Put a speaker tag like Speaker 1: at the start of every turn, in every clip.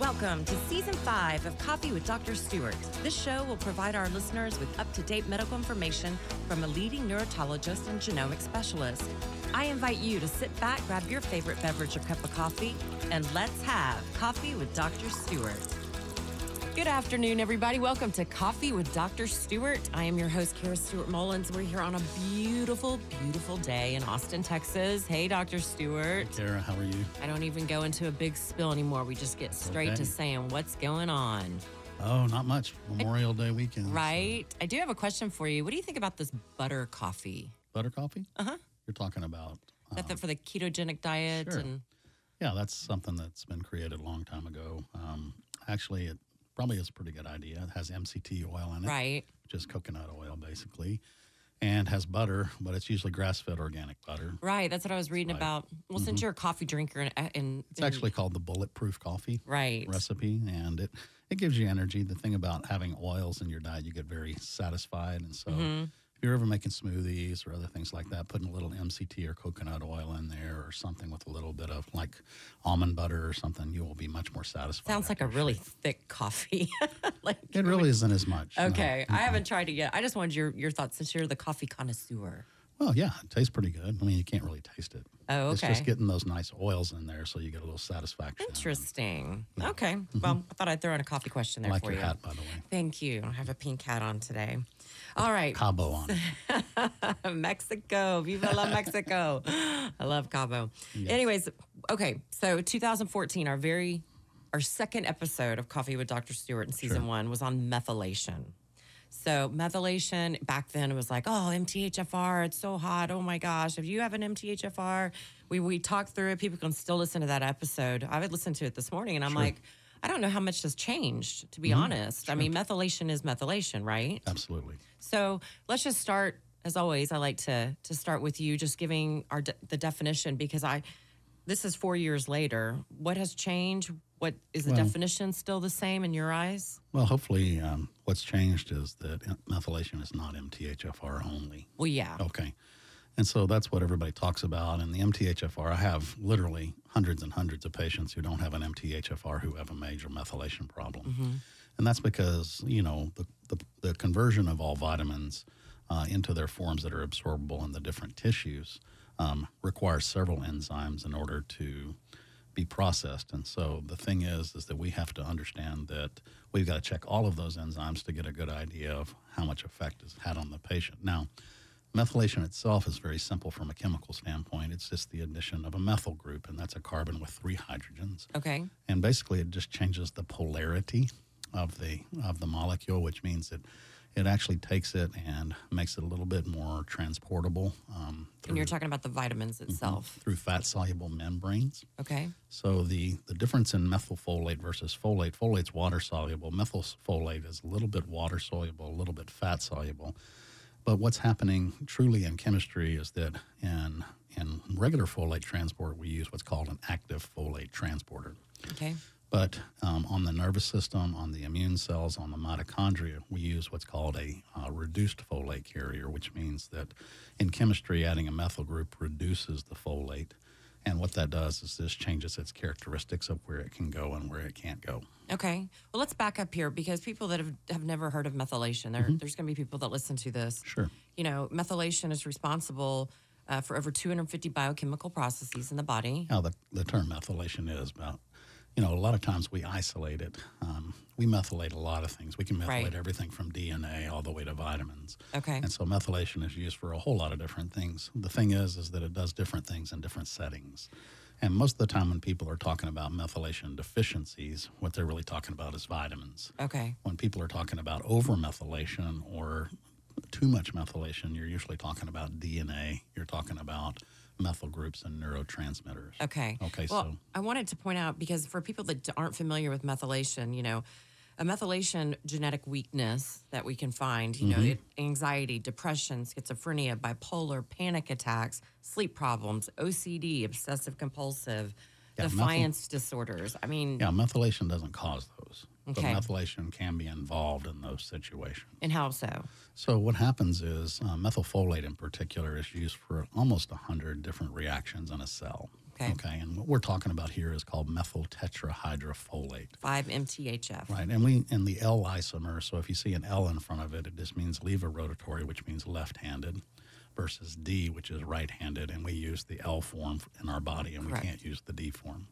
Speaker 1: Welcome to season five of Coffee with Dr. Stewart. This show will provide our listeners with up to date medical information from a leading neurologist and genomic specialist. I invite you to sit back, grab your favorite beverage or cup of coffee, and let's have Coffee with Dr. Stewart. Good afternoon, everybody. Welcome to Coffee with Dr. Stewart. I am your host, Kara Stewart Mullins. We're here on a beautiful, beautiful day in Austin, Texas. Hey, Dr. Stewart.
Speaker 2: Kara, how are you?
Speaker 1: I don't even go into a big spill anymore. We just get straight
Speaker 2: Okay.
Speaker 1: to saying what's going on,
Speaker 2: Oh, not much. Memorial Day weekend. so-
Speaker 1: right? I do have a question for you. What do you think about this butter coffee?
Speaker 2: Butter coffee?
Speaker 1: Uh huh.
Speaker 2: You're talking about.
Speaker 1: Is that
Speaker 2: um,
Speaker 1: the, for the ketogenic diet?
Speaker 2: sure.
Speaker 1: And
Speaker 2: yeah, that's something that's been created a long time ago. Um, actually, it probably is a pretty good idea. It has MCT oil in it,
Speaker 1: right,
Speaker 2: which is coconut oil, basically, and has butter, but it's usually grass fed organic butter.
Speaker 1: right. That's what I was reading
Speaker 2: right. Mm-hmm.
Speaker 1: about. Well, since you're a coffee drinker and, and
Speaker 2: It's actually called the Bulletproof Coffee
Speaker 1: right,
Speaker 2: recipe, and it, it gives you energy. The thing about having oils in your diet, you get very satisfied. And so.
Speaker 1: hmm
Speaker 2: if you're ever making smoothies or other things like that, putting a little MCT or coconut oil in there or something with a little bit of like almond butter or something, you will be much more satisfied.
Speaker 1: Sounds like a
Speaker 2: after
Speaker 1: really
Speaker 2: shake.
Speaker 1: thick coffee. like
Speaker 2: It really isn't as much. no.
Speaker 1: okay, I
Speaker 2: Mm-mm.
Speaker 1: haven't tried it yet. I just wanted your your thoughts since you're the coffee connoisseur.
Speaker 2: Well, yeah, it tastes pretty good. I mean, you can't really taste it.
Speaker 1: Oh, okay.
Speaker 2: It's just getting those nice oils in there so you get a little satisfaction.
Speaker 1: Interesting. Okay. Well, I thought I'd throw in a coffee question
Speaker 2: I
Speaker 1: there
Speaker 2: Mm-hmm. like
Speaker 1: for
Speaker 2: your
Speaker 1: you.
Speaker 2: hat, by the way.
Speaker 1: Thank you. I have a pink hat on today. All right.
Speaker 2: Cabo on it.
Speaker 1: Mexico. Viva la Mexico. I love Cabo. Anyways, okay. So 2014, our very our second episode of Coffee with Dr. Stewart in season
Speaker 2: Sure.
Speaker 1: one was on methylation. So methylation back then was like, oh, MTHFR, it's so hot. Oh my gosh. If you have an MTHFR, we we talked through it. People can still listen to that episode. I would listen to it this morning and I'm like, I don't know how much has changed, to be honest. I mean, methylation is methylation, right?
Speaker 2: Mm-hmm. Absolutely.
Speaker 1: So let's just start. As always, I like to to start with you, just giving our de- the definition because I, this is four years later. What has changed? What is the
Speaker 2: Well-
Speaker 1: definition still the same in your eyes?
Speaker 2: Well, hopefully, um, what's changed is that methylation is not MTHFR only.
Speaker 1: Well, yeah,
Speaker 2: Okay. And so that's what everybody talks about. And the MTHFR, I have literally hundreds and hundreds of patients who don't have an MTHFR who have a major methylation problem. And that's because, you know, the, the, the conversion of all vitamins uh, into their forms that are absorbable in the different tissues um, requires several enzymes in order to be processed. And so the thing is, is that we have to understand that we've got to check all of those enzymes to get a good idea of how much effect it's had on the patient. Now, methylation itself is very simple from a chemical standpoint. It's just the addition of a methyl group, and that's a carbon with three hydrogens.
Speaker 1: okay,
Speaker 2: And basically, it just changes the polarity of the of the molecule, which means that it actually takes it and makes it a little bit more transportable um,
Speaker 1: and
Speaker 2: through,
Speaker 1: you're talking about the vitamins
Speaker 2: Mm-hmm.
Speaker 1: itself.
Speaker 2: through fat soluble membranes.
Speaker 1: Okay,
Speaker 2: So the, the difference in methylfolate versus folate, folate's water soluble. Methylfolate is a little bit water soluble, a little bit fat soluble. But what's happening truly in chemistry is that in in regular folate transport, we use what's called an active folate transporter.
Speaker 1: okay,
Speaker 2: But um, on the nervous system, on the immune cells, on the mitochondria, we use what's called a uh, reduced folate carrier, which means that in chemistry, adding a methyl group reduces the folate. And what that does is this changes its characteristics of where it can go and where it can't go.
Speaker 1: okay. Well, let's back up here because people that have have never heard of methylation, there there's going to be people that listen to this.
Speaker 2: Mm-hmm. Sure.
Speaker 1: You know, methylation is responsible. Uh, for over 250 biochemical processes in the body.
Speaker 2: Now, the, the term methylation is about, you know, a lot of times we isolate it. Um, we methylate a lot of things. We can methylate
Speaker 1: Right.
Speaker 2: everything from DNA all the way to vitamins.
Speaker 1: Okay.
Speaker 2: And so methylation is used for a whole lot of different things. The thing is, is that it does different things in different settings. And most of the time, when people are talking about methylation deficiencies, what they're really talking about is vitamins.
Speaker 1: Okay.
Speaker 2: When people are talking about over methylation or too much methylation, you're usually talking about DNA, you're talking about methyl groups and neurotransmitters.
Speaker 1: Okay.
Speaker 2: Okay,
Speaker 1: Well,
Speaker 2: so-
Speaker 1: I wanted to point out because for people that aren't familiar with methylation, you know, a methylation genetic weakness that we can find, you
Speaker 2: Mm-hmm.
Speaker 1: know, it, anxiety, depression, schizophrenia, bipolar, panic attacks, sleep problems, OCD, obsessive compulsive,
Speaker 2: Yeah, methyl-
Speaker 1: defiance disorders. I mean,
Speaker 2: Yeah, methylation doesn't cause those, but
Speaker 1: Okay.
Speaker 2: methylation can be involved in those situations.
Speaker 1: and how so?
Speaker 2: So what happens is uh, methylfolate in particular is used for almost 100 different reactions in a cell.
Speaker 1: Okay.
Speaker 2: Okay. And what we're talking about here is called methyl tetrahydrofolate.
Speaker 1: 5-MTHF.
Speaker 2: Right. And we and the L isomer, so if you see an L in front of it, it just means levorotatory, which means left handed, versus D, which is right handed. And we use the L form in our body and
Speaker 1: Correct.
Speaker 2: we can't use the D form.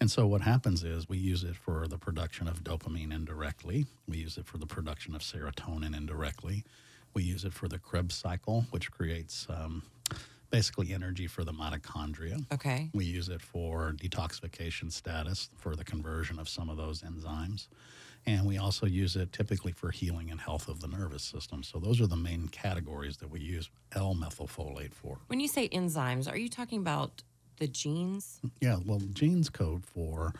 Speaker 2: And so what happens is we use it for the production of dopamine indirectly, we use it for the production of serotonin indirectly, we use it for the Krebs cycle, which creates um, basically energy for the mitochondria.
Speaker 1: Okay.
Speaker 2: We use it for detoxification status for the conversion of some of those enzymes. And we also use it typically for healing and health of the nervous system. So those are the main categories that we use L methylfolate for.
Speaker 1: When you say enzymes, are you talking about the genes?
Speaker 2: Yeah, well, genes code for.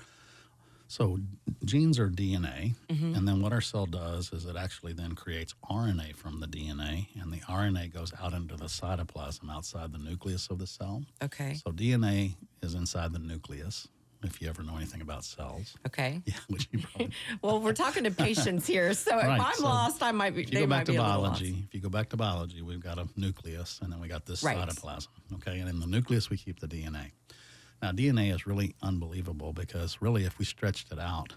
Speaker 2: So genes are DNA, and then what our cell does is it actually then creates RNA from the DNA, and the RNA goes out into the cytoplasm outside the nucleus of the cell.
Speaker 1: Okay.
Speaker 2: So DNA is inside the nucleus. If you ever know anything about cells,
Speaker 1: Okay.
Speaker 2: yeah, which you probably
Speaker 1: Well, we're talking to patients here, so if
Speaker 2: Right,
Speaker 1: I'm
Speaker 2: so
Speaker 1: lost, I might be.
Speaker 2: if you
Speaker 1: they
Speaker 2: go
Speaker 1: might
Speaker 2: back to
Speaker 1: be a little lost.
Speaker 2: biology, if you go back to biology, we've got a nucleus and then we got this
Speaker 1: Right.
Speaker 2: cytoplasm. Okay. And in the nucleus, we keep the DNA. Now, DNA is really unbelievable because really, if we stretched it out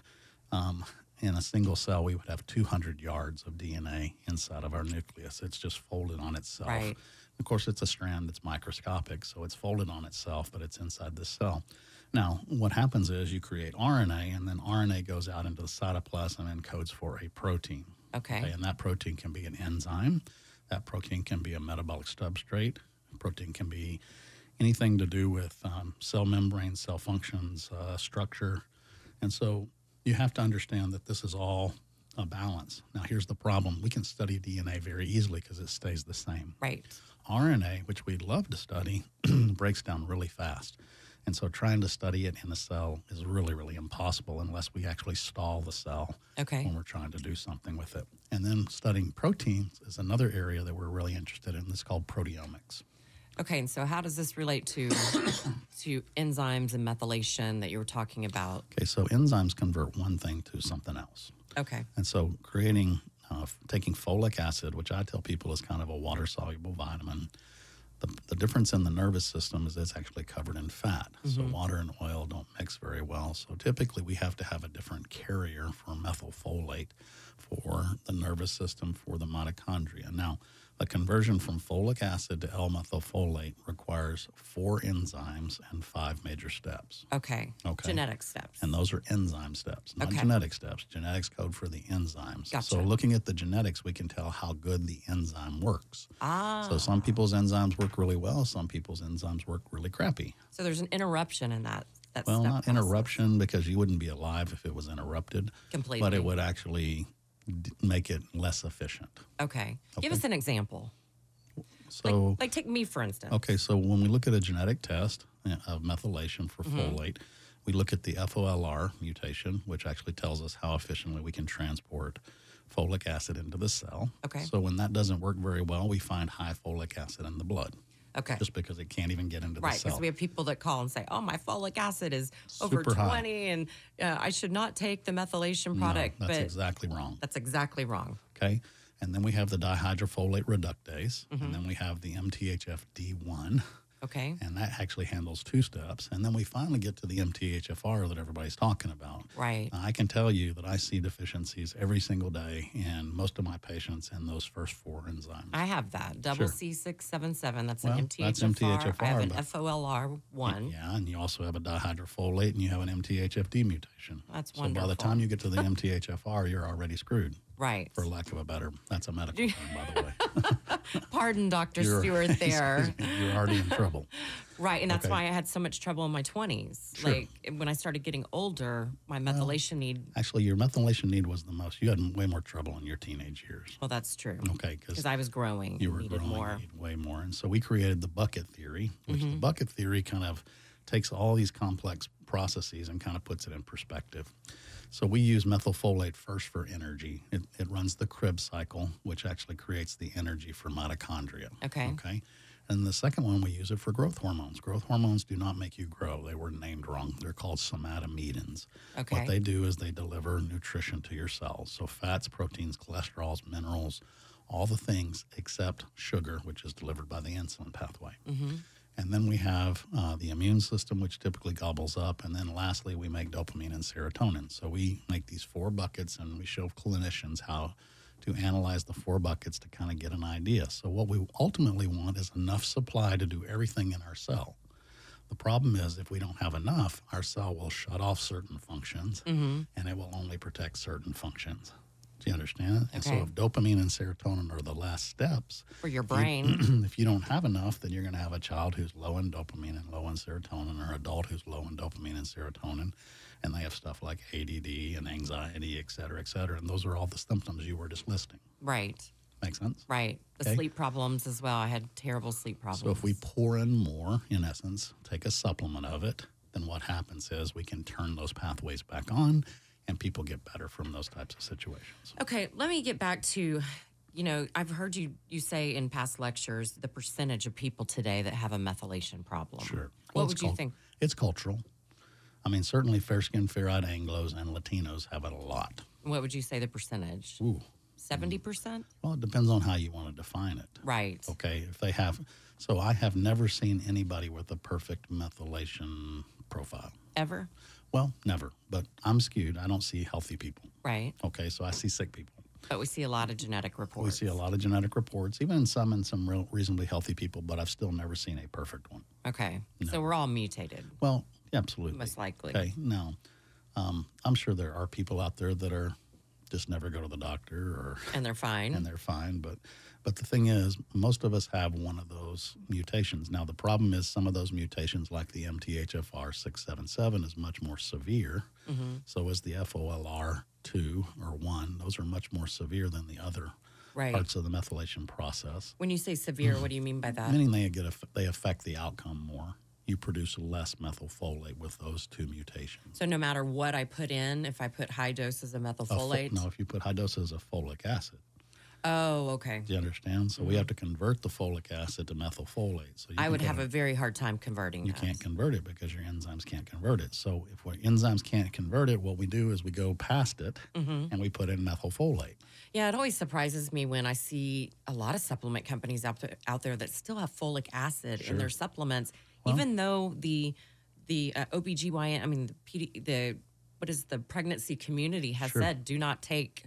Speaker 2: um, in a single cell, we would have 200 yards of DNA inside of our nucleus. It's just folded on itself.
Speaker 1: Right.
Speaker 2: Of course, it's a strand that's microscopic, so it's folded on itself, but it's inside the cell. Now, what happens is you create RNA, and then RNA goes out into the cytoplasm and codes for a protein. Okay,
Speaker 1: Okay.
Speaker 2: and that protein can be an enzyme. That protein can be a metabolic substrate. Protein can be anything to do with um, cell membrane, cell functions, uh, structure. And so you have to understand that this is all a balance. Now, here's the problem we can study DNA very easily because it stays the same.
Speaker 1: Right.
Speaker 2: RNA, which we'd love to study, breaks down really fast. And so trying to study it in the cell is really, really impossible unless we actually stall the cell
Speaker 1: Okay.
Speaker 2: when we're trying to do something with it. And then studying proteins is another area that we're really interested in. It's called proteomics.
Speaker 1: Okay. And so, how does this relate to to enzymes and methylation that you were talking about?
Speaker 2: Okay, so enzymes convert one thing to something else.
Speaker 1: Okay.
Speaker 2: And so creating, uh, f- taking folic acid, which I tell people is kind of a water soluble vitamin, the, the difference in the nervous system is it's actually covered in fat. So water and oil don't mix very well. So typically we have to have a different carrier for methylfolate for the nervous system for the mitochondria. Now, the conversion from folic acid to L-methylfolate requires four enzymes and five major steps.
Speaker 1: Okay.
Speaker 2: Okay.
Speaker 1: Genetic steps.
Speaker 2: And those are enzyme steps, not
Speaker 1: Okay.
Speaker 2: genetic steps. Genetics code for the enzymes.
Speaker 1: Gotcha.
Speaker 2: So, looking at the genetics, we can tell how good the enzyme works.
Speaker 1: ah.
Speaker 2: So,
Speaker 1: So,
Speaker 2: some people's enzymes work really well, some people's enzymes work really crappy.
Speaker 1: there's an interruption in that. that
Speaker 2: Well,
Speaker 1: step
Speaker 2: not
Speaker 1: process.
Speaker 2: interruption because you wouldn't be alive if it was interrupted,
Speaker 1: Completely.
Speaker 2: but it would actually d- make it less efficient.
Speaker 1: Okay. Give
Speaker 2: Okay.
Speaker 1: us an example. Like,
Speaker 2: So,
Speaker 1: like take me for instance.
Speaker 2: Okay, so when we look at a genetic test uh, of methylation for
Speaker 1: Mm-hmm.
Speaker 2: folate, we look at the FOLR mutation, which actually tells us how efficiently we can transport folic acid into the cell.
Speaker 1: Okay.
Speaker 2: So when that doesn't work very well, we find high folic acid in the blood
Speaker 1: Okay.
Speaker 2: just because it can't even get into
Speaker 1: Right,
Speaker 2: the
Speaker 1: because
Speaker 2: cell.
Speaker 1: we have people that call and say, "Oh, my folic acid is over
Speaker 2: Super high.
Speaker 1: 20, and uh, I should not take the methylation
Speaker 2: No,
Speaker 1: product."
Speaker 2: that's
Speaker 1: but
Speaker 2: exactly wrong.
Speaker 1: that's exactly wrong.
Speaker 2: Okay. And then we have the dihydrofolate reductase,
Speaker 1: Mm-hmm.
Speaker 2: and then we have the MTHFD1.
Speaker 1: Okay,
Speaker 2: and that actually handles two steps. And then we finally get to the MTHFR that everybody's talking about.
Speaker 1: right.
Speaker 2: I can tell you that I see deficiencies every single day in most of my patients in those first four enzymes.
Speaker 1: I have that double
Speaker 2: Sure.
Speaker 1: C six seven seven. That's
Speaker 2: Well,
Speaker 1: an
Speaker 2: that's
Speaker 1: MTHFR. I have
Speaker 2: MTHFR,
Speaker 1: an
Speaker 2: but-
Speaker 1: FOLR one.
Speaker 2: yeah, and you also have a dihydrofolate and you have an MTHFD mutation.
Speaker 1: That's
Speaker 2: so by
Speaker 1: wonderful.
Speaker 2: the time you get to the MTHFR, you're already screwed,
Speaker 1: Right.
Speaker 2: for lack of a better. That's a medical term, by the way.
Speaker 1: Pardon, Doctor
Speaker 2: You're-
Speaker 1: Stewart. There.
Speaker 2: you're already in trouble.
Speaker 1: right, and that's
Speaker 2: Okay.
Speaker 1: why I had so much trouble in my twenties.
Speaker 2: Sure.
Speaker 1: Like when I started getting older, my methylation need.
Speaker 2: Actually, your methylation need was the most. You had way more trouble in your teenage years.
Speaker 1: Well, that's true
Speaker 2: Okay, because
Speaker 1: because I was growing.
Speaker 2: you were
Speaker 1: needed
Speaker 2: growing
Speaker 1: more. Mm-hmm.
Speaker 2: you needed way more and so we created the bucket theory which the bucket theory kind of takes all these complex processes and kind of puts it in perspective so we use methylfolate first for energy it, it runs the krebs cycle which actually creates the energy for mitochondria
Speaker 1: Okay.
Speaker 2: okay and the second one we use it for growth hormones growth hormones do not make you grow they were named wrong they're called somatomedins
Speaker 1: Okay.
Speaker 2: what they do is they deliver nutrition to your cells. So fats, proteins, cholesterols, minerals, all the things except sugar, which is delivered by the insulin pathway. And then we have uh, the immune system, which typically gobbles up. And then lastly, we make dopamine and serotonin. So we make these four buckets and we show clinicians how to analyze the four buckets to kind of get an idea. So what we ultimately want is enough supply to do everything in our cell. The problem is if we don't have enough, our cell will shut off certain functions and it will only protect certain functions. Do you understand? And so
Speaker 1: Okay.
Speaker 2: if dopamine and serotonin are the last steps,
Speaker 1: for your brain.
Speaker 2: if you don't have enough, then you're going to have a child who's low in dopamine and low in serotonin, or adult who's low in dopamine and serotonin, and they have stuff like ADD and anxiety, et cetera, et cetera. And those are all the symptoms you were just listing.
Speaker 1: right,
Speaker 2: Make sense?
Speaker 1: right. The
Speaker 2: Okay.
Speaker 1: sleep problems as well. I had terrible sleep problems.
Speaker 2: So if we pour in more, in essence, take a supplement of it, then what happens is we can turn those pathways back on, and people get better from those types of situations.
Speaker 1: Okay, let me get back to, you know, I've heard you you say in past lectures the percentage of people today that have a methylation problem.
Speaker 2: Sure.
Speaker 1: What
Speaker 2: it's
Speaker 1: would you
Speaker 2: cult-
Speaker 1: think?
Speaker 2: It's cultural. I mean, certainly fair skinned, fair eyed Anglos and Latinos have it a lot.
Speaker 1: What would you say the percentage?
Speaker 2: Ooh.
Speaker 1: Seventy percent.
Speaker 2: Well, it depends on how you want to define it.
Speaker 1: Right.
Speaker 2: Okay. If they have, so I have never seen anybody with a perfect methylation profile.
Speaker 1: Ever.
Speaker 2: Well, never, but I'm skewed. I don't see healthy people.
Speaker 1: Right.
Speaker 2: Okay. So I see sick people.
Speaker 1: But we see a lot of genetic
Speaker 2: We
Speaker 1: reports.
Speaker 2: see a lot of genetic reports, even in some in some real reasonably healthy people, but I've still never seen a perfect one.
Speaker 1: Okay. So we're all mutated,
Speaker 2: Well, absolutely.
Speaker 1: most likely.
Speaker 2: Okay. Now, um, I'm sure there are people out there that are just never go to the doctor or
Speaker 1: And they're fine.
Speaker 2: and they're fine. But but the thing is, most of us have one of those mutations. Now the problem is some of those mutations, like the MTHFR six seven seven, is much more severe.
Speaker 1: Mm-hmm.
Speaker 2: So is the FOLR two or one. Those are much more severe than the other
Speaker 1: right.
Speaker 2: parts of the methylation process.
Speaker 1: When you say severe, what do you mean by that?
Speaker 2: Meaning they get aff- they affect the outcome more. You produce less methylfolate with those two mutations.
Speaker 1: So no matter what I put in, if I put high doses of
Speaker 2: A fo-
Speaker 1: methylfolate.
Speaker 2: no, if you put high doses of folic acid.
Speaker 1: Oh, okay.
Speaker 2: Do you understand? So we have to convert the folic acid to methylfolate. So you
Speaker 1: Mm-hmm. I
Speaker 2: can
Speaker 1: would
Speaker 2: go
Speaker 1: have
Speaker 2: to-
Speaker 1: a very hard time converting
Speaker 2: you
Speaker 1: that.
Speaker 2: can't convert it because your enzymes can't convert it. So if our enzymes can't convert it, what we do is we go past it
Speaker 1: Mm-hmm.
Speaker 2: and we put in methylfolate.
Speaker 1: Yeah, it always surprises me when I see a lot of supplement companies out there, out there that still have folic acid in their supplements, even though the the uh, OBGYN, I mean the PD, the what is the pregnancy community has said do not take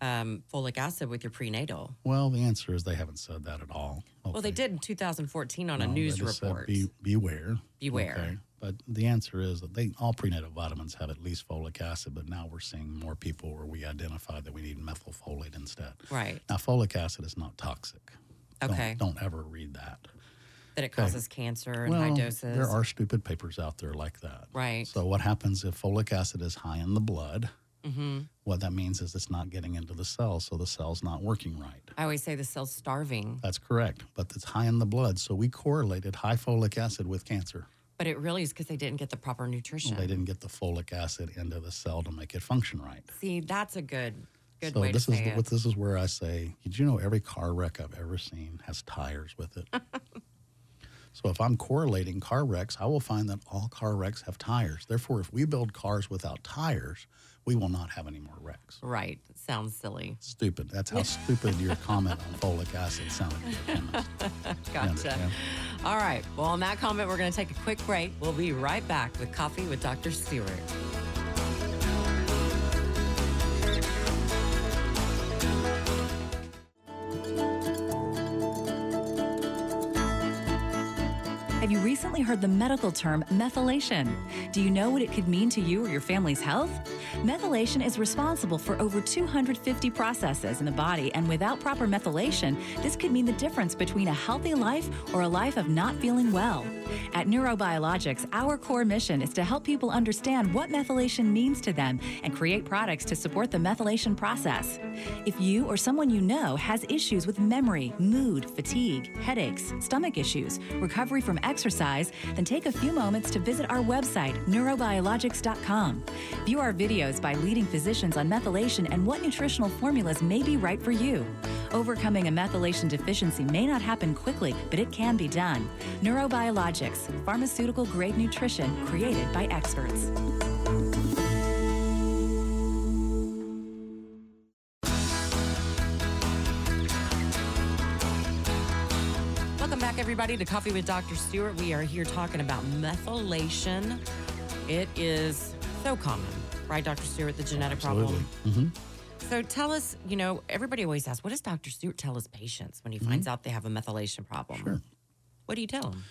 Speaker 1: um, folic acid with your prenatal.
Speaker 2: Well, the answer is they haven't said that at all.
Speaker 1: Well, they
Speaker 2: Okay.
Speaker 1: did in 2014 on a
Speaker 2: No, Um, they
Speaker 1: news
Speaker 2: just said
Speaker 1: report.
Speaker 2: be, beware.
Speaker 1: Beware.
Speaker 2: But the answer is that they all prenatal vitamins have at least folic acid, but now we're seeing more people where we identify that we need methylfolate instead.
Speaker 1: right,
Speaker 2: Now, folic acid is not toxic. Don't-
Speaker 1: Okay.
Speaker 2: Don't, ever read that.
Speaker 1: that it causes cancer and
Speaker 2: well,
Speaker 1: high doses.
Speaker 2: There are stupid papers out there like that.
Speaker 1: Right.
Speaker 2: So what happens if folic acid is high in the blood?
Speaker 1: Mm-hmm.
Speaker 2: What that means is it's not getting into the cell, so the cell's not working right.
Speaker 1: I always say the cell's starving,
Speaker 2: That's correct, but it's high in the blood, so we correlated high folic acid with cancer.
Speaker 1: but it really is because they didn't get the proper nutrition.
Speaker 2: They didn't get the folic acid into the cell to make it function right.
Speaker 1: See, that's a good good
Speaker 2: so
Speaker 1: way
Speaker 2: this
Speaker 1: to say
Speaker 2: is
Speaker 1: it.
Speaker 2: what this is where I say, did you know every car wreck I've ever seen has tires with it? so if I'm correlating car wrecks, I will find that all car wrecks have tires. Therefore, if we build cars without tires, we will not have any more wrecks.
Speaker 1: Right. Sounds silly.
Speaker 2: Stupid. That's how stupid your comment on folic acid sounded. to a chemist.
Speaker 1: Gotcha.
Speaker 2: understand.
Speaker 1: All right. Well, on that comment, we're going to take a quick break. We'll be right back with Coffee with Dr. Stewart.
Speaker 3: Have you recently heard the medical term methylation? Do you know what it could mean to you or your family's health? Methylation is responsible for over 250 processes in the body, and without proper methylation, this could mean the difference between a healthy life or a life of not feeling well. At Neurobiologics, our core mission is to help people understand what methylation means to them and create products to support the methylation process. If you or someone you know has issues with memory, mood, fatigue, headaches, stomach issues, recovery from exercise, then take a few moments to visit our website, neurobiologics.com. View our videos by leading physicians on methylation and what nutritional formulas may be right for you. Overcoming a methylation deficiency may not happen quickly, but it can be done. Neurobiologics, pharmaceutical grade nutrition created by experts.
Speaker 1: Welcome back, everybody. everybody to Coffee with Dr. Stewart. We are here talking about methylation. It is so common, right, Dr. Stewart? The genetic problem.
Speaker 2: hmm
Speaker 1: So tell us, you know, everybody always asks, what does Dr. Stewart tell his patients when he finds out they have a methylation problem?
Speaker 2: Mm-hmm. Sure.
Speaker 1: What do you tell them?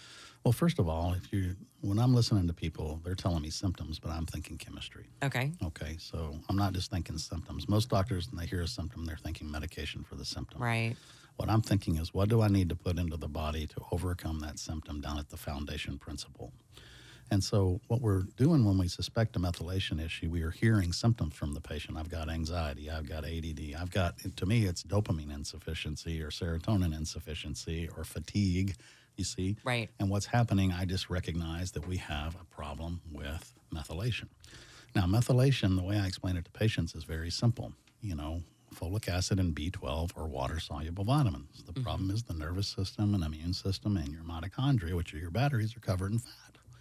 Speaker 2: Well, first of all, if you when I'm listening to people, they're telling me symptoms, but I'm thinking chemistry.
Speaker 1: Okay.
Speaker 2: Okay, so I'm not just thinking symptoms. Most doctors, when they hear a symptom, they're thinking medication for the symptom.
Speaker 1: Right.
Speaker 2: What I'm thinking is, what do I need to put into the body to overcome that symptom down at the foundation principle? And so, what we're doing when we suspect a methylation issue, we are hearing symptoms from the patient. I've got anxiety, I've got ADD, I've got, to me, it's dopamine insufficiency or serotonin insufficiency or fatigue, you see?
Speaker 1: Right.
Speaker 2: And what's happening, I just recognize that we have a problem with methylation. Now, methylation, the way I explain it to patients, is very simple. You know, folic acid and B12 are water soluble vitamins. The problem is the nervous system and immune system and your mitochondria, which are your batteries, are covered in fat.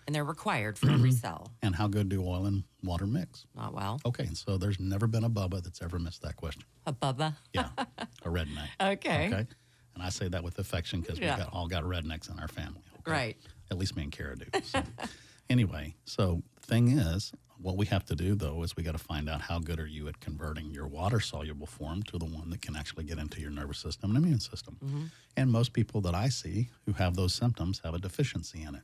Speaker 1: And they're required for every cell.
Speaker 2: And how good do oil and water mix?
Speaker 1: Not well.
Speaker 2: Okay, and so there's never been a Bubba that's ever missed that question.
Speaker 1: A bubba.
Speaker 2: Yeah, a redneck.
Speaker 1: Okay.
Speaker 2: Okay. And I say that with affection because
Speaker 1: Yeah.
Speaker 2: we got, all got rednecks in our family. okay?
Speaker 1: Right.
Speaker 2: At least me and Kara do. So, anyway, so thing is, what we have to do though is we got to find out how good are you at converting your water soluble form to the one that can actually get into your nervous system and immune system. And most people that I see who have those symptoms have a deficiency in it.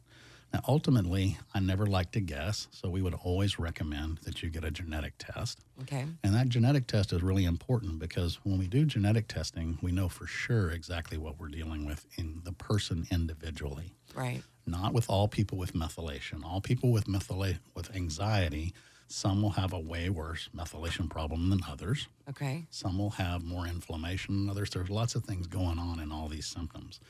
Speaker 2: Now, ultimately, I never like to guess, so we would always recommend that you get a genetic test.
Speaker 1: Okay.
Speaker 2: And that genetic test is really important because when we do genetic testing, we know for sure exactly what we're dealing with in the person individually.
Speaker 1: Right.
Speaker 2: Not with all people with methylation. All people with methyla- with anxiety, some will have a way worse methylation problem than others.
Speaker 1: Okay.
Speaker 2: Some will have more inflammation than others. There's lots of things going on in all these symptoms.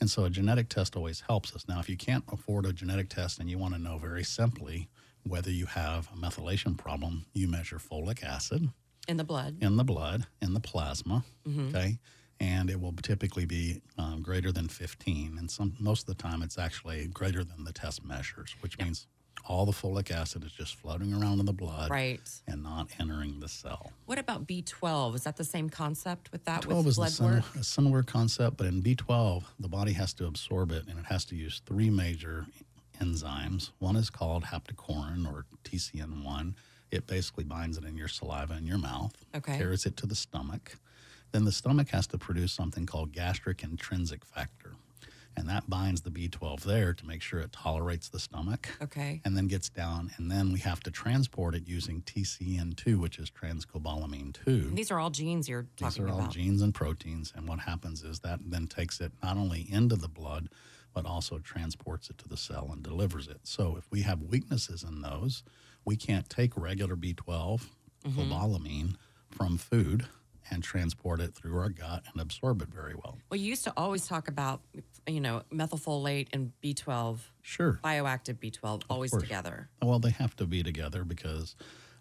Speaker 2: And so a genetic test always helps us. Now, if you can't afford a genetic test and you want to know very simply whether you have a methylation problem, you measure folic acid
Speaker 1: In the blood.
Speaker 2: in the blood, in the plasma, okay? And it will typically be um, greater than 15. And some, most of the time, it's actually greater than the test measures, which means all the folic acid is just floating around in the blood
Speaker 1: Right.
Speaker 2: and not entering the cell.
Speaker 1: What about B12? Is that the same concept with that?
Speaker 2: 12
Speaker 1: with
Speaker 2: is the
Speaker 1: blood
Speaker 2: sim-
Speaker 1: work?
Speaker 2: a similar concept, but in B12, the body has to absorb it and it has to use three major enzymes. One is called haptocorin or TCN1. It basically binds it in your saliva in your mouth,
Speaker 1: Okay.
Speaker 2: carries it to the stomach. Then the stomach has to produce something called gastric intrinsic factor. And that binds the B12 there to make sure it tolerates the stomach
Speaker 1: Okay.
Speaker 2: and then gets down. And then we have to transport it using TCN2, which is transcobalamin 2.
Speaker 1: These are all genes you're
Speaker 2: These
Speaker 1: talking
Speaker 2: are all
Speaker 1: about.
Speaker 2: genes and proteins, and what happens is that then takes it not only into the blood, but also transports it to the cell and delivers it. So if we have weaknesses in those, we can't take regular B12
Speaker 1: Mm-hmm.
Speaker 2: cobalamin from food and transport it through our gut and absorb it very well.
Speaker 1: Well, you used to always talk about, you know, methylfolate and B12,
Speaker 2: Sure.
Speaker 1: bioactive B12, always
Speaker 2: course.
Speaker 1: together.
Speaker 2: Well, they have to be together because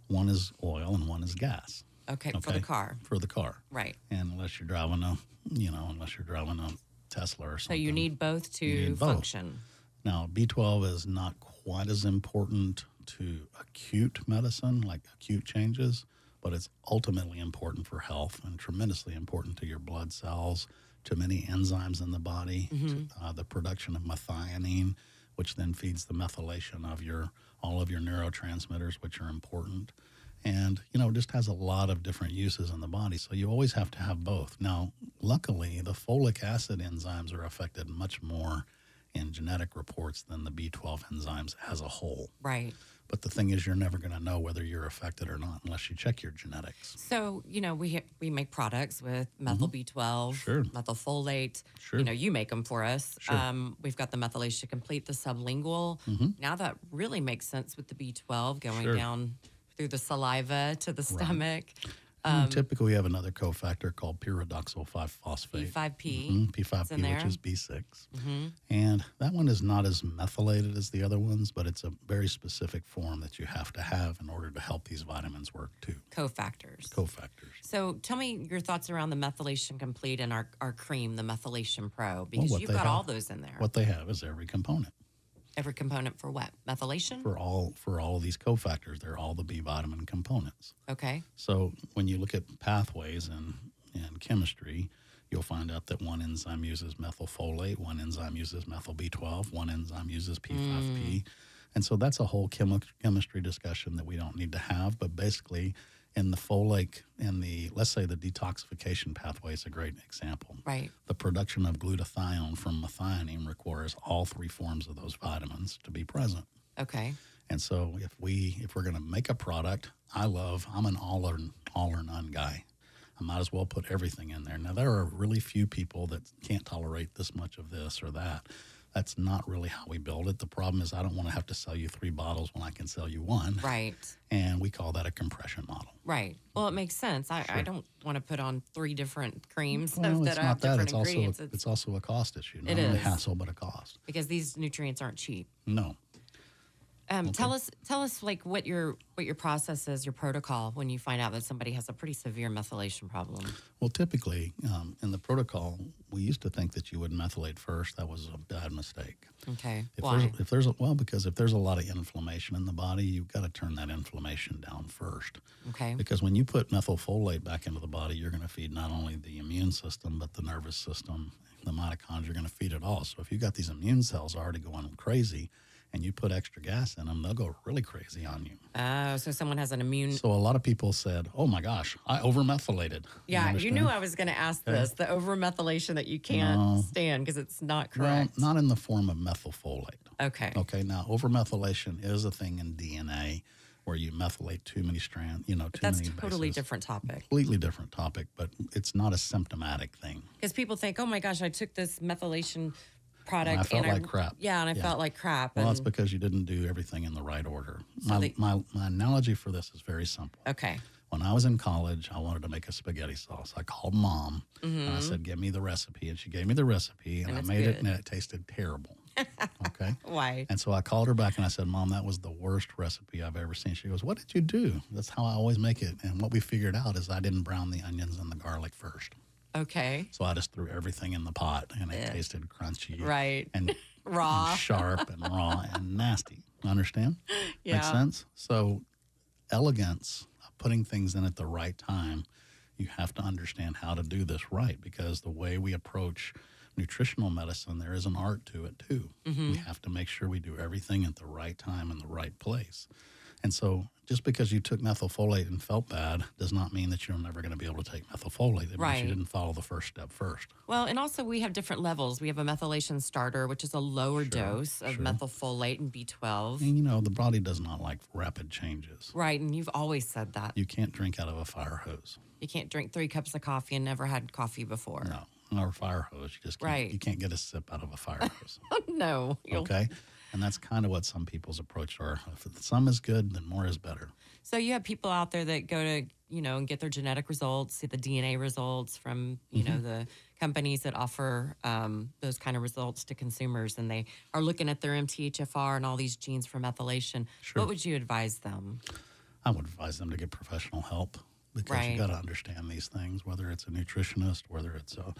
Speaker 2: one is oil and one is gas
Speaker 1: Okay, For the
Speaker 2: Okay.
Speaker 1: car.
Speaker 2: for the car.
Speaker 1: Right.
Speaker 2: And unless you're driving a, you know, unless you're driving a Tesla or
Speaker 1: So
Speaker 2: something.
Speaker 1: you need both to
Speaker 2: need both.
Speaker 1: function.
Speaker 2: Now, B12 is not quite as important to acute medicine, like acute changes, but it's ultimately important for health and tremendously important to your blood cells, to many enzymes in the body, to, uh, the production of methionine, which then feeds the methylation of your all of your neurotransmitters, which are important. And you know, it just has a lot of different uses in the body. So you always have to have both. Now, luckily, the folic acid enzymes are affected much more in genetic reports than the B12 enzymes as a whole.
Speaker 1: Right.
Speaker 2: But the thing is, you're never going to know whether you're affected or not unless you check your genetics.
Speaker 1: So, you know, we we make products with methyl B12,
Speaker 2: Mm-hmm. Sure.
Speaker 1: methylfolate.
Speaker 2: Sure.
Speaker 1: You know, you make them for us.
Speaker 2: Sure. Mm-hmm.
Speaker 1: Um, we've got the methylation complete, the sublingual. Now that really makes sense with the B12 going
Speaker 2: Sure.
Speaker 1: down through the saliva to the stomach. Um,
Speaker 2: And Hmm, typically, we have another cofactor called pyridoxal 5 phosphate.
Speaker 1: B5P.
Speaker 2: Mm,
Speaker 1: in
Speaker 2: P5P, which
Speaker 1: there. Mm-hmm.
Speaker 2: is B6. And that one is not as methylated as the other ones, but it's a very specific form that you have to have in order to help these vitamins work too.
Speaker 1: Cofactors.
Speaker 2: Cofactors.
Speaker 1: so tell me your thoughts around the methylation complete and our, our cream, the methylation pro, because
Speaker 2: Oh, what
Speaker 1: you've
Speaker 2: they
Speaker 1: got all
Speaker 2: have-
Speaker 1: those in there.
Speaker 2: What they have is every component.
Speaker 1: Every component for what? Methylation?
Speaker 2: For all for all these cofactors, they're all the B vitamin components.
Speaker 1: okay.
Speaker 2: So when you look at pathways in in chemistry, You'll find out that one enzyme uses methylfolate, one enzyme uses methyl B12, one enzyme uses P5P. And so that's a whole chemi- chemistry discussion that we don't need to have. But basically, in the folate and the, let's say the detoxification pathway is a great example.
Speaker 1: Right.
Speaker 2: The production of glutathione from methionine requires all three forms of those vitamins to be present.
Speaker 1: Okay.
Speaker 2: And so if we if we're going to make a product, I love I'm an all or all or none guy. I might as well put everything in there. Now there are really few people that can't tolerate this much of this or that. That's not really how we build it. The problem is I don't want to have to sell you 3 bottles when I can sell you one.
Speaker 1: Right.
Speaker 2: And we call that a compression model.
Speaker 1: Right. Well, it makes sense. I, I don't want to put on three different creams
Speaker 2: Well,
Speaker 1: that
Speaker 2: it's
Speaker 1: I have
Speaker 2: not that.
Speaker 1: different
Speaker 2: It's also
Speaker 1: ingredients.
Speaker 2: a,
Speaker 1: It's-
Speaker 2: it's also a cost issue. Not
Speaker 1: It
Speaker 2: only
Speaker 1: is.
Speaker 2: hassle but a cost.
Speaker 1: because these nutrients aren't cheap.
Speaker 2: No.
Speaker 1: Um, Tell us, tell us, like what your what your process is, your protocol when you find out that somebody has a pretty severe methylation problem.
Speaker 2: Well, typically um, in the protocol, we used to think that you would methylate first. That was a bad mistake.
Speaker 1: Okay,
Speaker 2: If
Speaker 1: why?
Speaker 2: there's if there's a, well because if there's a lot of inflammation in the body, you've got to turn that inflammation down first.
Speaker 1: Okay,
Speaker 2: Because when you put methylfolate back into the body, you're going to feed not only the immune system but the nervous system, the mitochondria. You're going to feed it all. So if you've got these immune cells already going crazy, and you put extra gas in them, they'll go really crazy on you.
Speaker 1: oh, so someone has an immune.
Speaker 2: So a lot of people said, "Oh my gosh, I overmethylated."
Speaker 1: yeah, you
Speaker 2: understand?
Speaker 1: knew I was going to ask this: the overmethylation that you can't stand because it's not
Speaker 2: Well,
Speaker 1: correct.
Speaker 2: not in the form of methylfolate.
Speaker 1: okay,
Speaker 2: Okay, now overmethylation is a thing in DNA where you methylate too many strands, you know, too
Speaker 1: that's
Speaker 2: many
Speaker 1: totally
Speaker 2: bases.
Speaker 1: different topic.
Speaker 2: Completely different topic, but it's not a symptomatic thing.
Speaker 1: Because people think, oh my gosh, I took this methylation product
Speaker 2: And I felt like crap.
Speaker 1: Yeah, and I
Speaker 2: Yeah.
Speaker 1: felt like crap.
Speaker 2: Well, that's
Speaker 1: and,
Speaker 2: because you didn't do everything in the right order. my,
Speaker 1: the-
Speaker 2: my, my analogy for this is very simple.
Speaker 1: okay,
Speaker 2: When I was in college, I wanted to make a spaghetti sauce. I called mom and I said, Give me the recipe. And she gave me the recipe and,
Speaker 1: Mm-hmm. And
Speaker 2: I
Speaker 1: it's
Speaker 2: made it
Speaker 1: good.
Speaker 2: and it tasted terrible. okay.
Speaker 1: why?
Speaker 2: And so I called her back and I said, Mom, that was the worst recipe I've ever seen. She goes, What did you do? That's how I always make it. And what we figured out is I didn't brown the onions and the garlic first.
Speaker 1: Okay,
Speaker 2: So I just threw everything in the pot and it tasted crunchy
Speaker 1: right,
Speaker 2: and
Speaker 1: raw.
Speaker 2: sharp and raw and nasty. Understand? Make
Speaker 1: Yeah.
Speaker 2: sense? So elegance, putting things in at the right time, you have to understand how to do this right because the way we approach nutritional medicine, there is an art to it too.
Speaker 1: Mm-hmm.
Speaker 2: We have to make sure we do everything at the right time in the right place. And so just because you took methylfolate and felt bad does not mean that you're never going to be able to take methylfolate. It means
Speaker 1: Right.
Speaker 2: you didn't follow the first step first.
Speaker 1: Well, and also we have different levels. We have a methylation starter, which is a lower dose of methylfolate and B12.
Speaker 2: And you know, the body does not like rapid changes.
Speaker 1: Right, and you've always said that.
Speaker 2: You can't drink out of a fire hose.
Speaker 1: You can't drink three cups of coffee and never had coffee before.
Speaker 2: No, or a fire hose. You just can't,
Speaker 1: Right.
Speaker 2: you can't get a sip out of a fire hose.
Speaker 1: no. you'll-
Speaker 2: okay, and that's kind of what some people's approach are. If some is good, then more is better.
Speaker 1: So you have people out there that go to, you know, and get their genetic results, see the DNA results from, you
Speaker 2: Mm-hmm.
Speaker 1: know, the companies that offer um, those kind of results to consumers, and they are looking at their MTHFR and all these genes for methylation. What would you advise them?
Speaker 2: I would advise them to get professional help because
Speaker 1: Right.
Speaker 2: you got to understand these things. Whether it's a nutritionist, whether it's a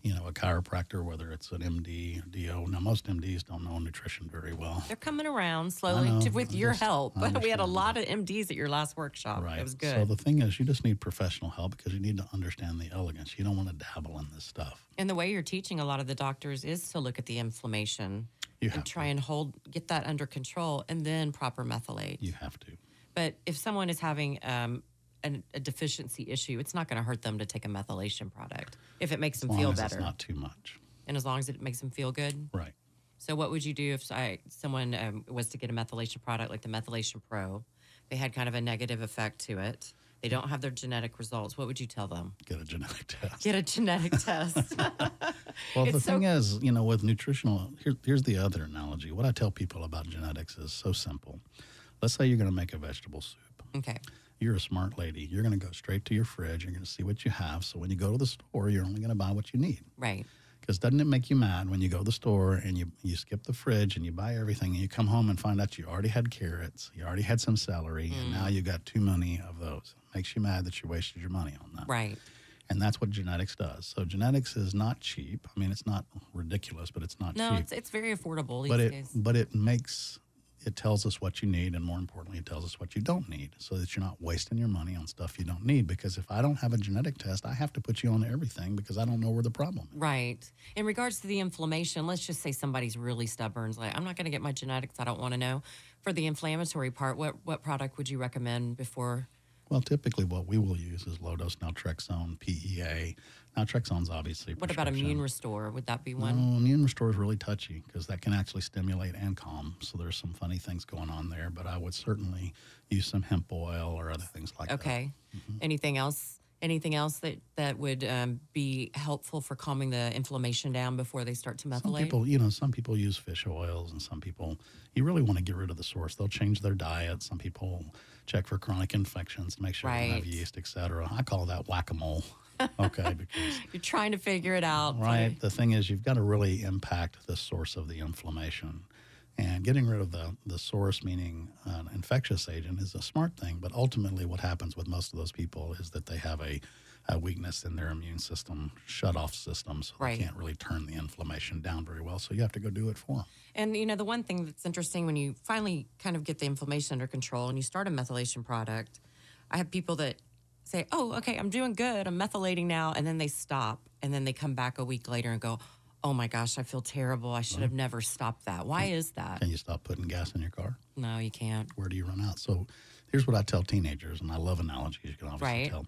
Speaker 2: you know a chiropractor, whether it's an MD, or DO. Now most MDs don't know nutrition very well.
Speaker 1: They're coming around slowly
Speaker 2: know,
Speaker 1: to, with
Speaker 2: I
Speaker 1: your
Speaker 2: just-
Speaker 1: help.
Speaker 2: I
Speaker 1: We had a
Speaker 2: understand
Speaker 1: lot of MDs at your last workshop.
Speaker 2: Right.
Speaker 1: Oh, It was good.
Speaker 2: So the thing is, you just need professional help because you need to understand the elegance. You don't want to dabble in this stuff.
Speaker 1: and the way you're teaching a lot of the doctors is to look at the inflammation
Speaker 2: You
Speaker 1: and
Speaker 2: have
Speaker 1: try and hold get that under control and then proper methylate.
Speaker 2: You have to.
Speaker 1: But if someone is having um, an, a deficiency issue, it's not going to hurt them to take a methylation product if it makes them
Speaker 2: As long
Speaker 1: feel
Speaker 2: as
Speaker 1: better
Speaker 2: it's not too much.
Speaker 1: and as long as it makes them feel good.
Speaker 2: Right.
Speaker 1: So, what would you do if I, someone um, was to get a methylation product like the Methylation Pro? They had kind of a negative effect to it. They don't have their genetic results. What would you tell them?
Speaker 2: Get a genetic test.
Speaker 1: Get a genetic test.
Speaker 2: Well, the
Speaker 1: It's so-
Speaker 2: thing is, you know, with nutritional, here, here's the other analogy. What I tell people about genetics is so simple. Let's say you're going to make a vegetable soup.
Speaker 1: okay.
Speaker 2: You're a smart lady. You're going to go straight to your fridge. You're going to see what you have. So when you go to the store, you're only going to buy what you need.
Speaker 1: Right.
Speaker 2: Because doesn't it make you mad when you go to the store and you, you skip the fridge and you buy everything and you come home and find out you already had carrots, you already had some celery,
Speaker 1: Mm.
Speaker 2: and now you got too many of those? makes you mad that you wasted your money on that.
Speaker 1: Right.
Speaker 2: And that's what genetics does. So genetics is not cheap. I mean, it's not ridiculous, but it's not
Speaker 1: No,
Speaker 2: cheap.
Speaker 1: it's, it's very affordable these
Speaker 2: but it
Speaker 1: days.
Speaker 2: but it makes it tells us what you need, and more importantly, it tells us what you don't need so that you're not wasting your money on stuff you don't need. Because if I don't have a genetic test, I have to put you on everything because I don't know where the problem is.
Speaker 1: Right. In regards to the inflammation, let's just say somebody's really stubborn. It's like, I'm not going to get my genetics. I don't want to know. For the inflammatory part, what, what product would you recommend before?
Speaker 2: Well, typically what we will use is low dose naltrexone, PEA. Naltrexone's obviously.
Speaker 1: What about
Speaker 2: prescription.
Speaker 1: immune restore? Would that be one?
Speaker 2: No, immune restore is really touchy because that can actually stimulate and calm. So there's some funny things going on there, but I would certainly use some hemp oil or other things like that.
Speaker 1: Okay.
Speaker 2: Mm-hmm.
Speaker 1: Anything else? Anything else that that would um, be helpful for calming the inflammation down before they start to
Speaker 2: Some
Speaker 1: methylate?
Speaker 2: people, you know, some people use fish oils, and some people, you really want to get rid of the source. They'll change their diet. Some people check for chronic infections to make sure they don't have
Speaker 1: Right.
Speaker 2: yeast, et cetera. I call that whack a mole. okay, because
Speaker 1: You're trying to figure it out.
Speaker 2: Right. The thing is, you've got to really impact the source of the inflammation. And getting rid of the, the source, meaning an infectious agent, is a smart thing. But ultimately, what happens with most of those people is that they have a, a weakness in their immune system, shut off system. So
Speaker 1: Right.
Speaker 2: they can't really turn the inflammation down very well. So you have to go do it for them.
Speaker 1: And you know, the one thing that's interesting when you finally kind of get the inflammation under control and you start a methylation product, I have people that say, "Oh, okay, I'm doing good. I'm methylating now," and then they stop, and then they come back a week later and go, "Oh my gosh, I feel terrible. I should have never stopped that. Why is that?"
Speaker 2: Can you stop putting gas in your car?
Speaker 1: No, you can't.
Speaker 2: Where do you run out? So here's what I tell teenagers, and I love analogies. You can obviously
Speaker 1: Right.
Speaker 2: tell.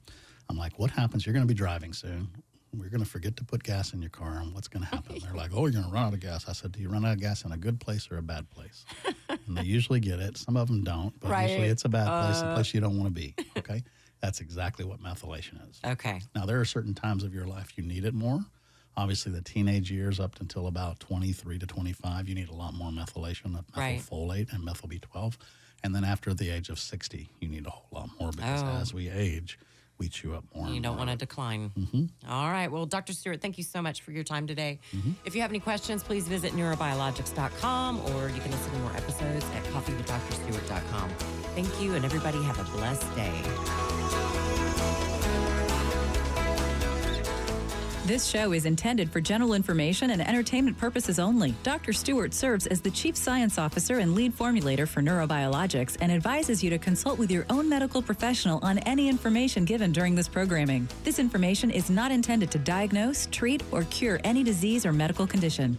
Speaker 2: I'm like, what happens? You're going to be driving soon. We're going to forget to put gas in your car, and what's going to happen? They're like, oh, you're going to run out of gas. I said, do you run out of gas in a good place or a bad place? and they usually get it. Some of them don't, but usually
Speaker 1: Right. Uh.
Speaker 2: it's a bad place, a place you don't want to be. Okay, that's exactly what methylation is.
Speaker 1: Okay.
Speaker 2: Now, there are certain times of your life you need it more. Obviously, the teenage years up until about 23 to 25, you need a lot more methylation of
Speaker 1: Right.
Speaker 2: methylfolate and methyl B12. And then after the age of 60, you need a whole lot more because
Speaker 1: Oh.
Speaker 2: as we age, we chew up more.
Speaker 1: You
Speaker 2: and
Speaker 1: don't
Speaker 2: more.
Speaker 1: want to decline. All right. Well, Dr. Stewart, thank you so much for your time today. If you have any questions, please visit neurobiologics.com or you can listen to more episodes at coffeewithdrstewart.com. Thank you, and everybody have a blessed day.
Speaker 3: This show is intended for general information and entertainment purposes only. Dr. Stewart serves as the Chief Science Officer and lead formulator for neurobiologics and advises you to consult with your own medical professional on any information given during this programming. This information is not intended to diagnose, treat, or cure any disease or medical condition.